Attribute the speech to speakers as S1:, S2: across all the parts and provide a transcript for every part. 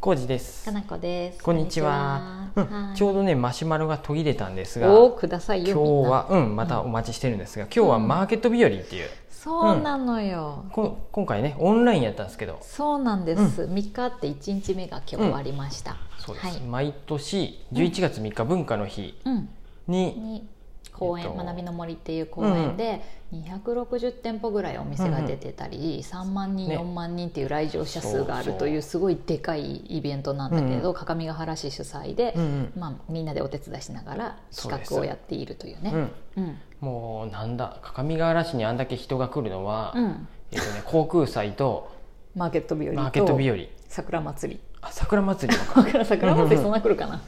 S1: コウジです
S2: か。なこです。
S1: こんにちは。う
S2: こ
S1: んん
S2: にちは
S1: ちょうどねマシュマロが途切れたんですが、
S2: はいおーくださいよ。
S1: 今日はうんまたお待ちしてるんですが、今日はマーケット日和っていう、
S2: みんな。そうなのよ。
S1: こ今回ねオンラインやったんですけど、
S2: そうなんです。三、日あって一日目が今日終わりました。
S1: そうです。
S2: はい。
S1: 毎年11月3日文化の日
S2: うん。
S1: に、
S2: に公園、
S1: えっと
S2: 学びの森っていう公園で260店舗ぐらいお店が出てたり、3万人、
S1: ね
S2: 4万人っていう来場者数があ
S1: そう
S2: る
S1: そう
S2: というすごいでかいイベントなんだけれど、
S1: う
S2: 各務原市主催で、
S1: うんうん
S2: まあみんなでお手伝いしながら
S1: そうで
S2: 企
S1: す
S2: 画をやっているというね。
S1: うん
S2: うん。
S1: もうなんだ各務原市にあんだけ人が来るのは、
S2: うん。
S1: えっとね航空祭と
S2: マーケット日和と
S1: マーケット日和、
S2: 桜祭り。
S1: あ桜祭りと
S2: わからん桜祭りそんな来るかな、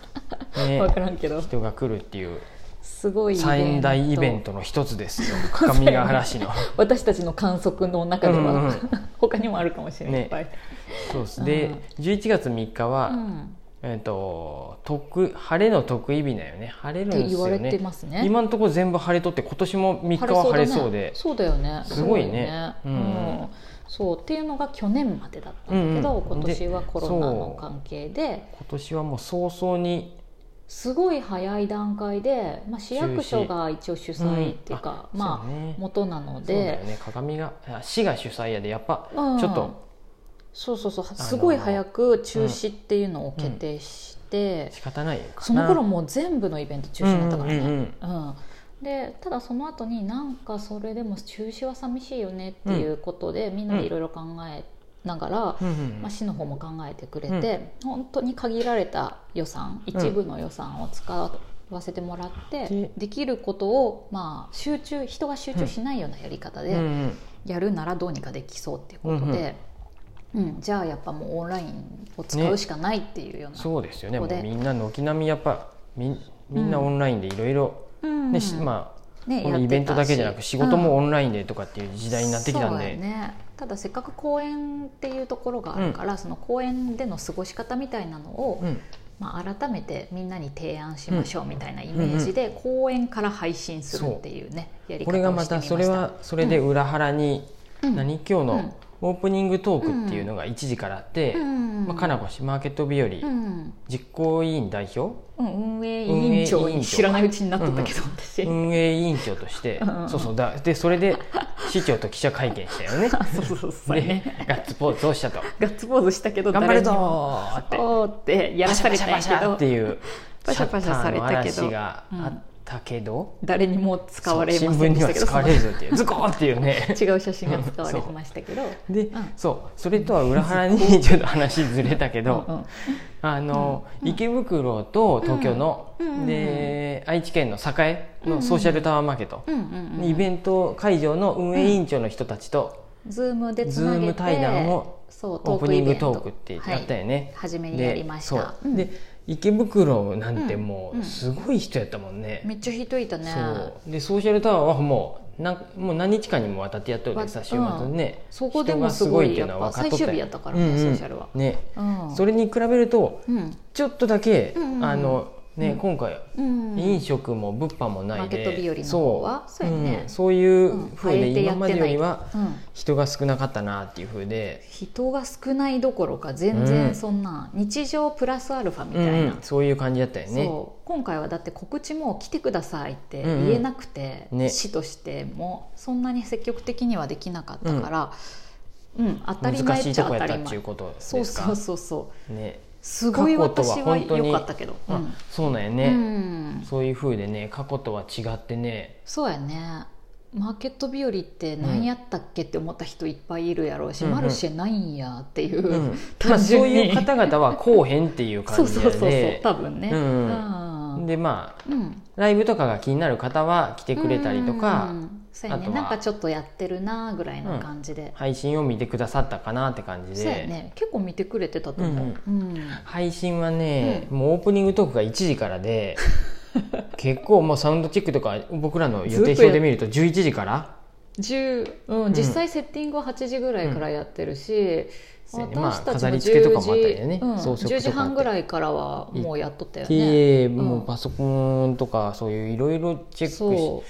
S1: かね
S2: わからんけど
S1: 人が来るっていう
S2: すごいイベント
S1: 三大イベントの一つですよ各務原市の
S2: 私たちの観測の中では、
S1: うんうん
S2: 他にもあるかもしれない、
S1: ね
S2: いっぱい、
S1: そうですで11月3日は、
S2: うん、
S1: えっ、と得晴れの得意日だよね晴れるんですよね
S2: って言われてますね
S1: 今のところ全部晴れとって今年も3日は晴れそうで
S2: そうだねそうだよね
S1: すごいね
S2: すご
S1: う
S2: い
S1: ん
S2: ねうんそうっていうのが去年までだったんだけど、
S1: うんうん
S2: 今年はコロナの
S1: で
S2: 関係で
S1: 今年はもう早々に
S2: すごい早い段階で、まあ、市役所が一応主催っていうか、
S1: うんあ
S2: まあ、
S1: そうね
S2: 元なの
S1: そうだよ
S2: で
S1: ね鏡があ市が主催やでやっぱち
S2: うん
S1: ょっと
S2: そうそうそうすごい早く中止っていうのを決定して、
S1: 仕方ないかな
S2: その頃もう全部のイベント中止になったからね、
S1: う
S2: うんん
S1: うんうん
S2: でただその後になんかそれでも中止は寂しいよねっていうことで、みんなでいろいろ考えながら、
S1: うんうん
S2: まあ、市の方も考えてくれて、本当に限られた予算一部の予算を使わせてもらって、
S1: で
S2: できることを、まあ、集中人が集中しないようなやり方で、
S1: うんうん
S2: やるならどうにかできそうっていうことで、うんじゃあやっぱもうオンラインを使うしかないっていうような、
S1: そうですよね
S2: こ
S1: も
S2: こで
S1: うみんな軒並みやっぱみんみんなオンラインでいろいろ
S2: うん
S1: ねしまあ
S2: ね
S1: こ
S2: や
S1: のイ
S2: ってたし
S1: ベントだけじゃなく仕事もオンラインでとかっていう時代になってきたん
S2: そう
S1: で
S2: やね、ただせっかく公園っていうところがあるから、その公園での過ごし方みたいなのを、
S1: うん
S2: まあ、改めてみんなに提案しましょうみたいなイメージで、公園から配信するっていうねやり
S1: こ
S2: 方
S1: れが
S2: をしてみま
S1: ま
S2: した
S1: たそれはそれで裏腹に
S2: うん
S1: 何今日のオープニングトークっていうのが1時からあって
S2: うん
S1: まあかなこしマーケット日
S2: う
S1: 和
S2: ん
S1: 実行委員代表
S2: うん運営委員長
S1: 運営委員
S2: に
S1: 長
S2: 知らないうちになっとったけど、私、
S1: 運営委員長として
S2: うん
S1: そうそうだでそれで市長と記者会見したよね
S2: そうそうそうそう
S1: で
S2: ね
S1: ガッツポーズをしたと
S2: ガッツポーズしたけど
S1: 頑張
S2: 誰
S1: る
S2: にも
S1: ぞーって
S2: おーってやらされたんや
S1: パシャパシャパ
S2: け
S1: シャ
S2: ど
S1: っていう
S2: パシャパシャされたけど
S1: シャッターの嵐があったけど
S2: 誰にも使われ
S1: そう
S2: ま
S1: 新
S2: せ
S1: 聞
S2: ん
S1: に
S2: でし
S1: は
S2: たけど
S1: 使われるぞ っていうズコーっていうね
S2: その違う写真が使われてましたけど、
S1: で、
S2: うん
S1: そうそれとは裏腹にちょっと話ずれたけど、
S2: うんうん
S1: あの、池袋と東京の、
S2: うんうんうんうん
S1: で愛知県の栄のソーシャルタワーマーケット、
S2: うんうんうん
S1: イベント会場の運営委員長の人たちと、
S2: ズームでつ
S1: ズ
S2: な
S1: ー
S2: げて
S1: ム対談を
S2: そう
S1: オープニングトーク
S2: イ
S1: っ
S2: ベ
S1: て
S2: ント
S1: やったよね
S2: はい、初めに
S1: で
S2: やりました
S1: そうで池袋なんても
S2: うん
S1: うすごい人やったもんね、
S2: めっちゃ人いたね
S1: そうでソーシャルタワーはもうなんもう何日間にもわたってやっとるでさ
S2: わ
S1: 週末にね、
S2: そこでもすごいやっぱ最終日やったからね、
S1: うんうん
S2: ソーシャルは、
S1: ね
S2: うん、
S1: それに比べると
S2: うん
S1: ちょっとだけ、
S2: うんうんうん
S1: あのね、今回
S2: うん
S1: 飲食も物販もないで、
S2: マーケット日和の方は
S1: そう
S2: そうやね
S1: んそういう
S2: うん
S1: ふうで、
S2: 変えてや
S1: 今
S2: っ
S1: ま
S2: てない
S1: でよりは
S2: うん
S1: 人が少なかったなっていうふうで、
S2: 人が少ないどころか全
S1: うん
S2: 然そんな、日常プラスアルファみたいな、
S1: うんうんそういう感じだったよね。
S2: そう今回はだって告知も来てくださいって言えなくて、
S1: うんうんね
S2: 市としてもそんなに積極的にはできなかったから、うん当たり
S1: 難
S2: 前
S1: し
S2: っ
S1: い
S2: ち
S1: と
S2: ゃ
S1: こ
S2: 当
S1: や
S2: た
S1: った
S2: り
S1: ってい
S2: 前
S1: うことですか
S2: そうそうそうそう
S1: ね、
S2: すごい
S1: 過去とは
S2: 私は
S1: 本当に
S2: 良かったけど、う
S1: あ
S2: ん
S1: そうなんや
S2: う
S1: ね、
S2: ん
S1: そういうふうでね過去とは違ってね
S2: そうやねマーケット日和って何やったっけって思った人いっぱいいるやろうし、
S1: うんうん
S2: マルシェないんやっていう、
S1: うんまあ、
S2: 単
S1: そう
S2: 純
S1: い
S2: に、
S1: う方々はこうへんっていう
S2: そ
S1: 感
S2: う
S1: じ
S2: そ
S1: で、
S2: うそうそう多分ね、
S1: うん
S2: うん
S1: でまあ
S2: うん
S1: ライブとかが気になる方は来てくれたりとか、
S2: うんそうや
S1: あ
S2: ね
S1: とは
S2: なんかちょっとやってるなぐらいの感じで、
S1: 配信を見てくださったかなって感じ
S2: そうや
S1: で、
S2: ね結構見てくれてたと思う、うん
S1: 配信はね、もうオープニングトークが1時から で結構もうサウンドチェックとか僕らの予定表で見ると11時から
S2: 10うん
S1: ん
S2: 実際セッティングは8時ぐらいからやってるし、
S1: そうやね
S2: 私たち
S1: まあ飾
S2: も
S1: り
S2: 10
S1: 付けとかもあったり
S2: 時、
S1: でね
S2: うん
S1: 装飾とかあって
S2: 10時半ぐらいからはもうやっとったよね。
S1: で、
S2: ん
S1: もうパソコンとかそういういろいろチェックし
S2: そ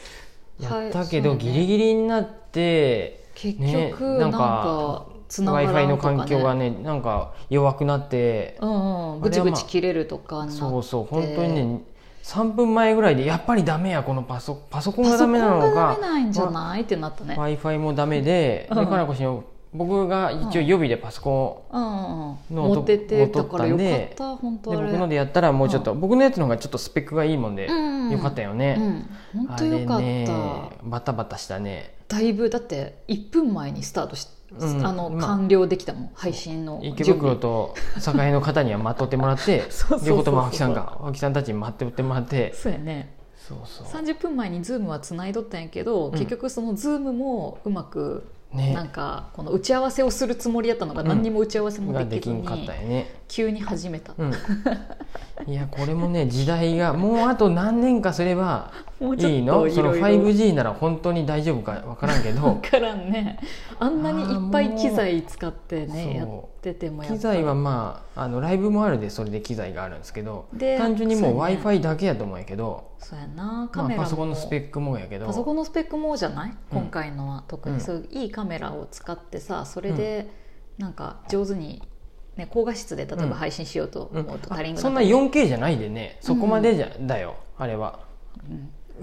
S2: う
S1: やったけど、
S2: はいそ
S1: ギ
S2: うね
S1: リギリになって
S2: 結局、
S1: ね
S2: なんかつな
S1: w
S2: が
S1: i f i
S2: らん
S1: の
S2: とか、ね、
S1: 環境がねなんか弱くなって
S2: うんうん、ぐちぐち切れるとかな
S1: そうそう本当にね3分前ぐらいでやっぱりダメやこのパソパソコン
S2: パ
S1: が
S2: ソ
S1: ダ
S2: コン
S1: メなの
S2: がダ
S1: か
S2: メなんじゃないってなったね
S1: w。i f i もダメで
S2: うん
S1: でかなこ氏の僕が一応予備でパソコンを
S2: うんうん、
S1: ノート
S2: 持ってて
S1: 持
S2: だ
S1: っと
S2: か
S1: った
S2: ら
S1: ん
S2: よ
S1: で
S2: かった本当
S1: で
S2: あれ
S1: 僕のでやったらもうちょっと僕のやつの方がちょっとスペックがいいもんで
S2: うんうん
S1: よかったよね、
S2: うん、本
S1: あ
S2: 当
S1: れ
S2: よかった、
S1: ねバタバタしたね
S2: だいぶだって1分前にスタートし、
S1: うん
S2: あの
S1: まあ
S2: 完了できたもん配信の
S1: 池袋
S2: 準備
S1: と境の方には待っとってもらって
S2: そうそうそうそう
S1: 両方とも青木さんが青木さんたちに待っておってもらって
S2: そうやね
S1: そうそう
S2: 30分前にズームはつないどったんやけど、
S1: ん
S2: 結局そのズームもうまく
S1: ね
S2: なんかこの打ち合わせをするつもりやったのが何にも打ち合わせも
S1: が
S2: で
S1: で
S2: きず
S1: きん
S2: に
S1: かったよね
S2: 急に始めた、
S1: うん、いやこれもね時代がもうあと何年かすれば
S2: もうちょっと
S1: いいのその
S2: いろいろ
S1: 5G なら本当に大丈夫か分からんけ
S2: わ
S1: ど
S2: からんねあんなにいっぱ
S1: あー
S2: い
S1: もう
S2: 機材使ってねや
S1: そう
S2: っててもやっぱ
S1: 機
S2: り
S1: 材はまああのライブもあるでそれで機材があるんですけど
S2: で
S1: 単純にもう
S2: そう
S1: w
S2: や
S1: i
S2: ね
S1: f i だけやと思うんやけど、
S2: そうやなカ
S1: まあ、
S2: メラも、
S1: パソコンのスペックもやけど
S2: パソコンのスペックもじゃない、
S1: うん
S2: 今回のは特
S1: う
S2: に
S1: ん
S2: そういういいカメラを使ってさそれでなんか上手に、ね、高画質で例え
S1: うん
S2: ば配信しようと
S1: う
S2: 思
S1: ん
S2: うと、タリング
S1: そんな
S2: だと
S1: 4K じゃないでねそこまでじゃ、だよあれは。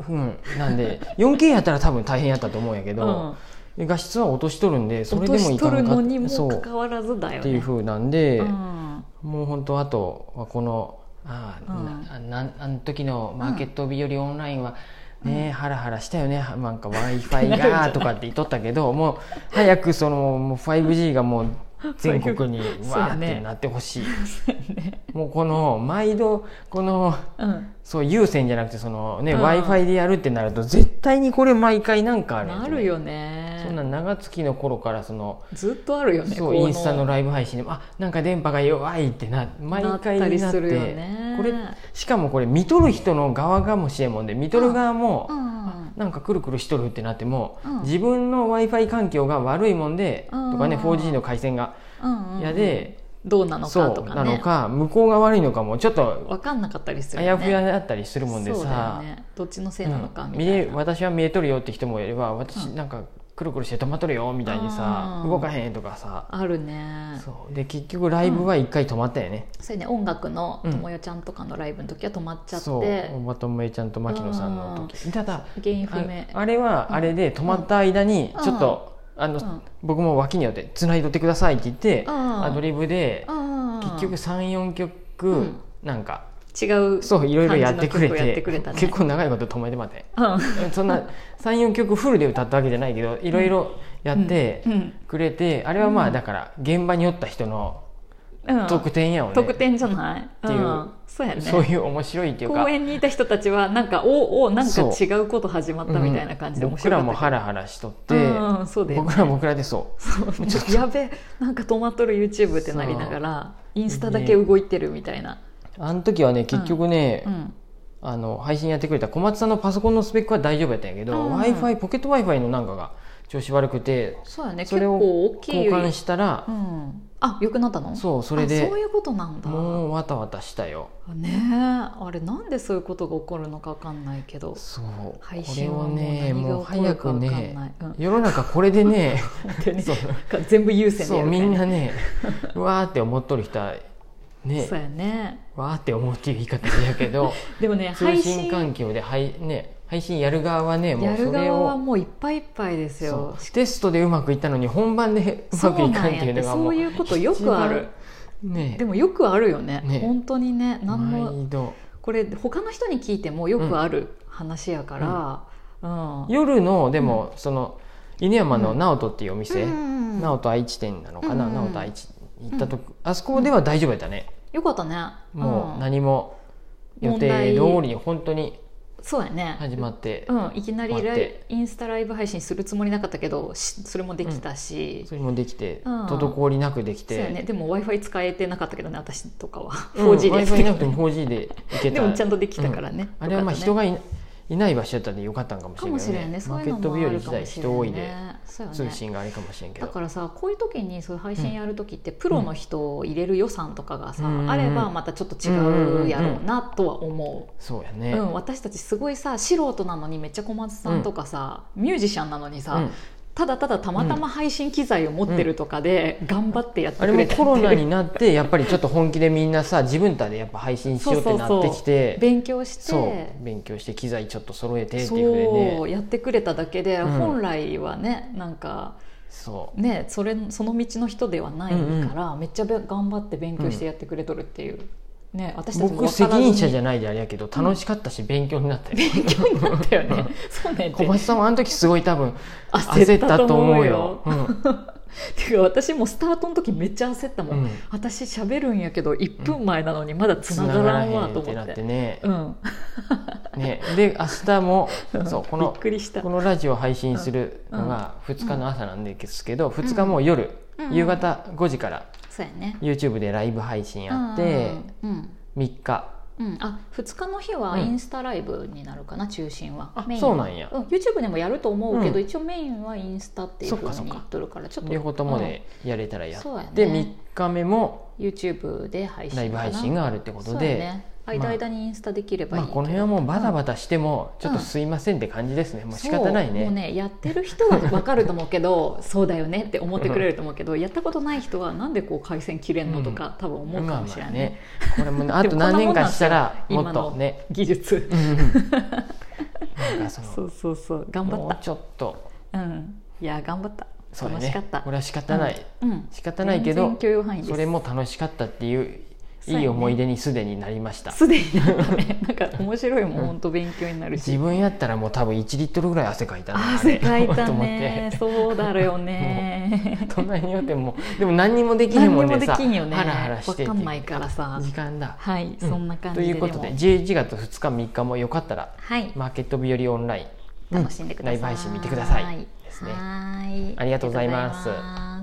S1: うん、なん で 4K やったら多分大変やったと思うんやけど、画質は落としとるんでそれでも
S2: 落と
S1: い
S2: しと
S1: か
S2: る
S1: んか
S2: のに
S1: そ
S2: もか
S1: う
S2: かわらずだよね
S1: っていう風なんで、
S2: うん
S1: もう本当あとはこのあー、
S2: うん
S1: ななあの時のマーケット日和オンラインはね、ハラハラしたよねなんか w i f i
S2: なるんじゃな
S1: が
S2: い
S1: とかって言っとったけどもう早くそのもう 5G がもう全国に
S2: そう
S1: わー
S2: や
S1: っ
S2: ね
S1: てなってほしい、もうこの毎度この
S2: うん
S1: そう有線じゃなくてそのね
S2: うん
S1: w i f i でやるってなると絶対にこれ毎回なんかあるんや
S2: な
S1: と思う
S2: るよね
S1: そんな長月の頃からその
S2: ずっとあるよね
S1: そう
S2: こ
S1: インスタのライブ配信でもあなんか電波が弱いってな毎回
S2: なったり
S1: なって
S2: するよね
S1: これしかもこれ見とる人の側がもしれんもんで見とる側も、
S2: うん
S1: なんかくるくるしとるってなっても、
S2: うん
S1: 自分の w i f i 環境が悪いもんで、
S2: うん
S1: とかね 4G の回線が
S2: うんうん
S1: 嫌で、
S2: どうなの
S1: そ
S2: か
S1: う
S2: とか
S1: なの
S2: ね
S1: か向こうが悪いのかもちょっと
S2: 分かんなかったりす
S1: あ
S2: る
S1: や
S2: よ
S1: ふ
S2: ね
S1: やだったりするもんで
S2: そうだよ
S1: さ、
S2: ねどっちのせいなのか
S1: うん
S2: み
S1: 見
S2: たい
S1: れ
S2: な
S1: 私は見えとるよって人もいれば私
S2: うん
S1: なんかくるくるして止まっとるよみたいにさ、
S2: うん
S1: 動かへんとかさ、
S2: あるね
S1: そうで結局ライブは一回止まったよね、
S2: それね音楽の
S1: うん
S2: ともよちゃんとかのライブの時は止まっちゃっ
S1: そう
S2: て、
S1: おばともえちゃんと牧野さんの時ただ
S2: 原因
S1: あ
S2: 不明
S1: あれはあれで止まった間に
S2: うん
S1: ちょっと、あの、
S2: うん
S1: 僕も脇に寄って「繋いどってください」って言って、
S2: うん
S1: アドリブで、
S2: うん
S1: 結局34曲、
S2: うん
S1: なんか
S2: 違う
S1: そういろいろやってくれ
S2: 感じの曲やって
S1: て
S2: くれたね
S1: 結構長いこと止めてまって
S2: うん
S1: そんな34曲フルで歌ったわけじゃないけどいろいろやって
S2: うん
S1: くれて、あれはま
S2: う
S1: あ
S2: ん
S1: だから現場におった人の
S2: うん
S1: 特典やをね、
S2: 特典じゃない
S1: ていう
S2: うんそうやね
S1: そういう面白いっていうか
S2: 公園にいた人たちはなんかおおなんか
S1: そう
S2: 違うこと始まったみたいな感じで
S1: うん
S2: 面
S1: 僕
S2: 白からった
S1: もハ
S2: け
S1: ラハラしとって、
S2: どうんうんそうだよね
S1: 僕らも僕らでそう
S2: そう やべえなんか止まっとる YouTube ってなりながらインスタだけ動いてるみたいな、
S1: あの時はね結局ね、
S2: うん、
S1: あの配信やってくれた小松さんのパソコンのスペックは大丈夫やったんやけど、
S2: うん
S1: w i f i ポケット w i f i のなんかが調子悪くて
S2: そうやね
S1: そ
S2: 結
S1: れ
S2: 構
S1: を
S2: 大きい
S1: 交換したら
S2: うん、あ良くなったの
S1: そうそれで
S2: あそういうことなんだ
S1: もうわたわたしたよ
S2: ねえあれなんでそういうことが起こるのか分かんないけど
S1: そうこ
S2: 配
S1: れ
S2: 信は
S1: を
S2: もう
S1: ね
S2: 何
S1: もう
S2: が起こ
S1: 早
S2: るか
S1: く
S2: 分かんな
S1: ね
S2: い、うん
S1: 世の中これで ね
S2: でね
S1: そう
S2: なんか全部優先で
S1: そ
S2: や
S1: う
S2: るみ
S1: み
S2: たい
S1: んな
S2: な
S1: ねうわーって思っとる人はね
S2: そうやね
S1: わーって思うっていう言い方やけど
S2: でもね
S1: 通
S2: 配
S1: 信
S2: 信
S1: 環境で配,、ね、配信やる側はねも
S2: や
S1: うそ
S2: る
S1: れ
S2: 側は
S1: を
S2: もういっぱいいっぱいですよ
S1: そうテストでうまくいったのに本番でう まくいかんっていうのがも
S2: そうなんやってそういうことよくある
S1: 一番ね
S2: でもよくあるよね
S1: ね
S2: 本当にね何の
S1: 毎度
S2: これ他の人に聞いてもよくある話やから、うん
S1: 夜のでも、その犬山の
S2: うん
S1: 直人っていうお店、
S2: うん
S1: 直人愛知店なのかな、
S2: うん
S1: 直人愛知行ったとこ、あそこでは大丈夫やったね、
S2: よかったね
S1: もうん何も予
S2: 問
S1: 定
S2: 題
S1: 通りに本当に
S2: そうやね
S1: 始まって、
S2: うん、いきなりラ
S1: 待っ
S2: イ
S1: て
S2: インスタライブ配信するつもりなかったけどしそれもできたし、
S1: それもできて、
S2: うん
S1: 滞りなくでき
S2: そう
S1: て、
S2: やね、でも w i f i 使えてなかったけどね私とかは
S1: 4G で
S2: 4G でやって
S1: w
S2: たけ
S1: i
S2: ど
S1: なくても 4G で行け
S2: で
S1: た
S2: もちゃんとできたからね、
S1: うんあれはまあ人
S2: よかっ
S1: がい,、いない場所やったんでよかったんかもしたれ
S2: ねか
S1: な
S2: も
S1: い
S2: しれんね
S1: マ
S2: そう
S1: ー
S2: い
S1: ケ
S2: う
S1: ッ
S2: の
S1: ト
S2: も
S1: 日
S2: あ
S1: 和
S2: る
S1: 時
S2: かも
S1: 代
S2: し
S1: 人多
S2: れ
S1: い
S2: ん
S1: で
S2: ねそうよ
S1: 通
S2: ね
S1: 信があれかもしれんけ
S2: だ
S1: ど
S2: からさこういう時にそういう配信やる時ってプロの人を入れる予算とかがさ、
S1: うん
S2: あればまたちょっと違うやろうなとは思
S1: そうや
S2: う、
S1: ね、
S2: うん私たちすごいさ素人なのにめっちゃ小松さんとかさ、ミュージシャンなのにさ、
S1: うん
S2: ただただたまたま配信機材を持ってるとかで頑張ってやって
S1: あ
S2: く
S1: れ
S2: れた
S1: も
S2: っていう
S1: コロナになってやっぱりちょっと本気でみんなさ自分たちでやっぱ配信しようってなってきて
S2: 勉強して
S1: そう勉強して機材ちょっと揃えてっていうふうで
S2: そう
S1: ね
S2: やってくれただけで、
S1: うん
S2: 本来はねなんか
S1: そう
S2: ねそれその道の人ではないから、めっちゃべ頑張って勉強してやってくれとるっていう、ね私たちも
S1: 僕責任者じ
S2: ゃ
S1: ゃないであれやけど楽しかったし勉強になったよ、
S2: 勉強になったよねそうね
S1: 小松さんはあの時すごい多分焦
S2: 焦
S1: っ
S2: ったた
S1: と
S2: と
S1: 思
S2: 思
S1: う
S2: う
S1: よ
S2: よ。っていうか私もスタートの時めっちゃ焦ったもん、
S1: うん
S2: 私喋るんやけど1分前なのにまだ 繋がらんわと
S1: っ
S2: 思
S1: て
S2: っ
S1: なっててね
S2: う。ん、
S1: ねで明日もそうこ
S2: び
S1: の
S2: っくりした
S1: このラジオ配信するのが2日の朝なんですけど2日もう夜
S2: うん
S1: 夕方5時から
S2: そうやね
S1: YouTube でライブ配信やって
S2: うんうん
S1: 3日
S2: うん、うんあ2日の日は
S1: うん
S2: インスタライブになるかな、中心は
S1: あ
S2: メインは
S1: そうなんや
S2: YouTube でもやると思うけど、
S1: うん
S2: 一応メインはインスタっていう
S1: そっ
S2: ふ
S1: か
S2: う
S1: そっ
S2: に
S1: か
S2: 言っとるからちょっと
S1: 両方ともでやれたらやっ
S2: そうや
S1: て3
S2: ね
S1: 日目も
S2: うん YouTube で配信か
S1: ラ
S2: な
S1: イブ配信があるってこと
S2: そうや
S1: で
S2: ね間々にインスタできればいい
S1: まあ
S2: けど、
S1: この辺はもうバタバタしてもちょっとすいませんって感じですねもう仕方ない
S2: そうもう
S1: ね
S2: ねやってる人は分かると思うけど そうだよねって思ってくれると思うけどやったことない人はなんでこう回線切れんのとか、多分思うかもしれない、ね、
S1: これも ねあと何年かしたら
S2: で
S1: も
S2: もこ
S1: っ
S2: んな
S1: と
S2: もんなん
S1: ね
S2: 技術
S1: うんうんなんかその
S2: そうそうそう頑張
S1: もう
S2: っ
S1: ちょっと
S2: たうんいや頑張った
S1: そうや
S2: 楽しか
S1: ね
S2: った
S1: これは仕方ない、
S2: うん
S1: 仕方ないけど
S2: 全然許容範囲です
S1: それも楽しかったっていう
S2: そうや
S1: い
S2: ね
S1: い思い出にすでになりました、
S2: すでになんかねなんか面白いもん本当勉強になる
S1: 自
S2: し
S1: 分やったらもう多分1リットルぐらい汗かいたな
S2: 汗かいた
S1: と思っ
S2: ね
S1: て
S2: そうだろよ ね
S1: 隣によってもでも何にもできへん
S2: 何
S1: も
S2: に
S1: ん
S2: も
S1: で
S2: で
S1: さ
S2: きんよね
S1: ハラハラして
S2: 分かんないからさ
S1: 時間だ、
S2: はい
S1: うん
S2: そんな感じで
S1: ということで
S2: も
S1: 11月2日3日もよかったら
S2: はい
S1: マーケット日和オンライン
S2: 楽しんでくださ
S1: ラ
S2: い。
S1: イブ配信見てくださいですね
S2: はい
S1: ありがとうございます
S2: ありがとうございます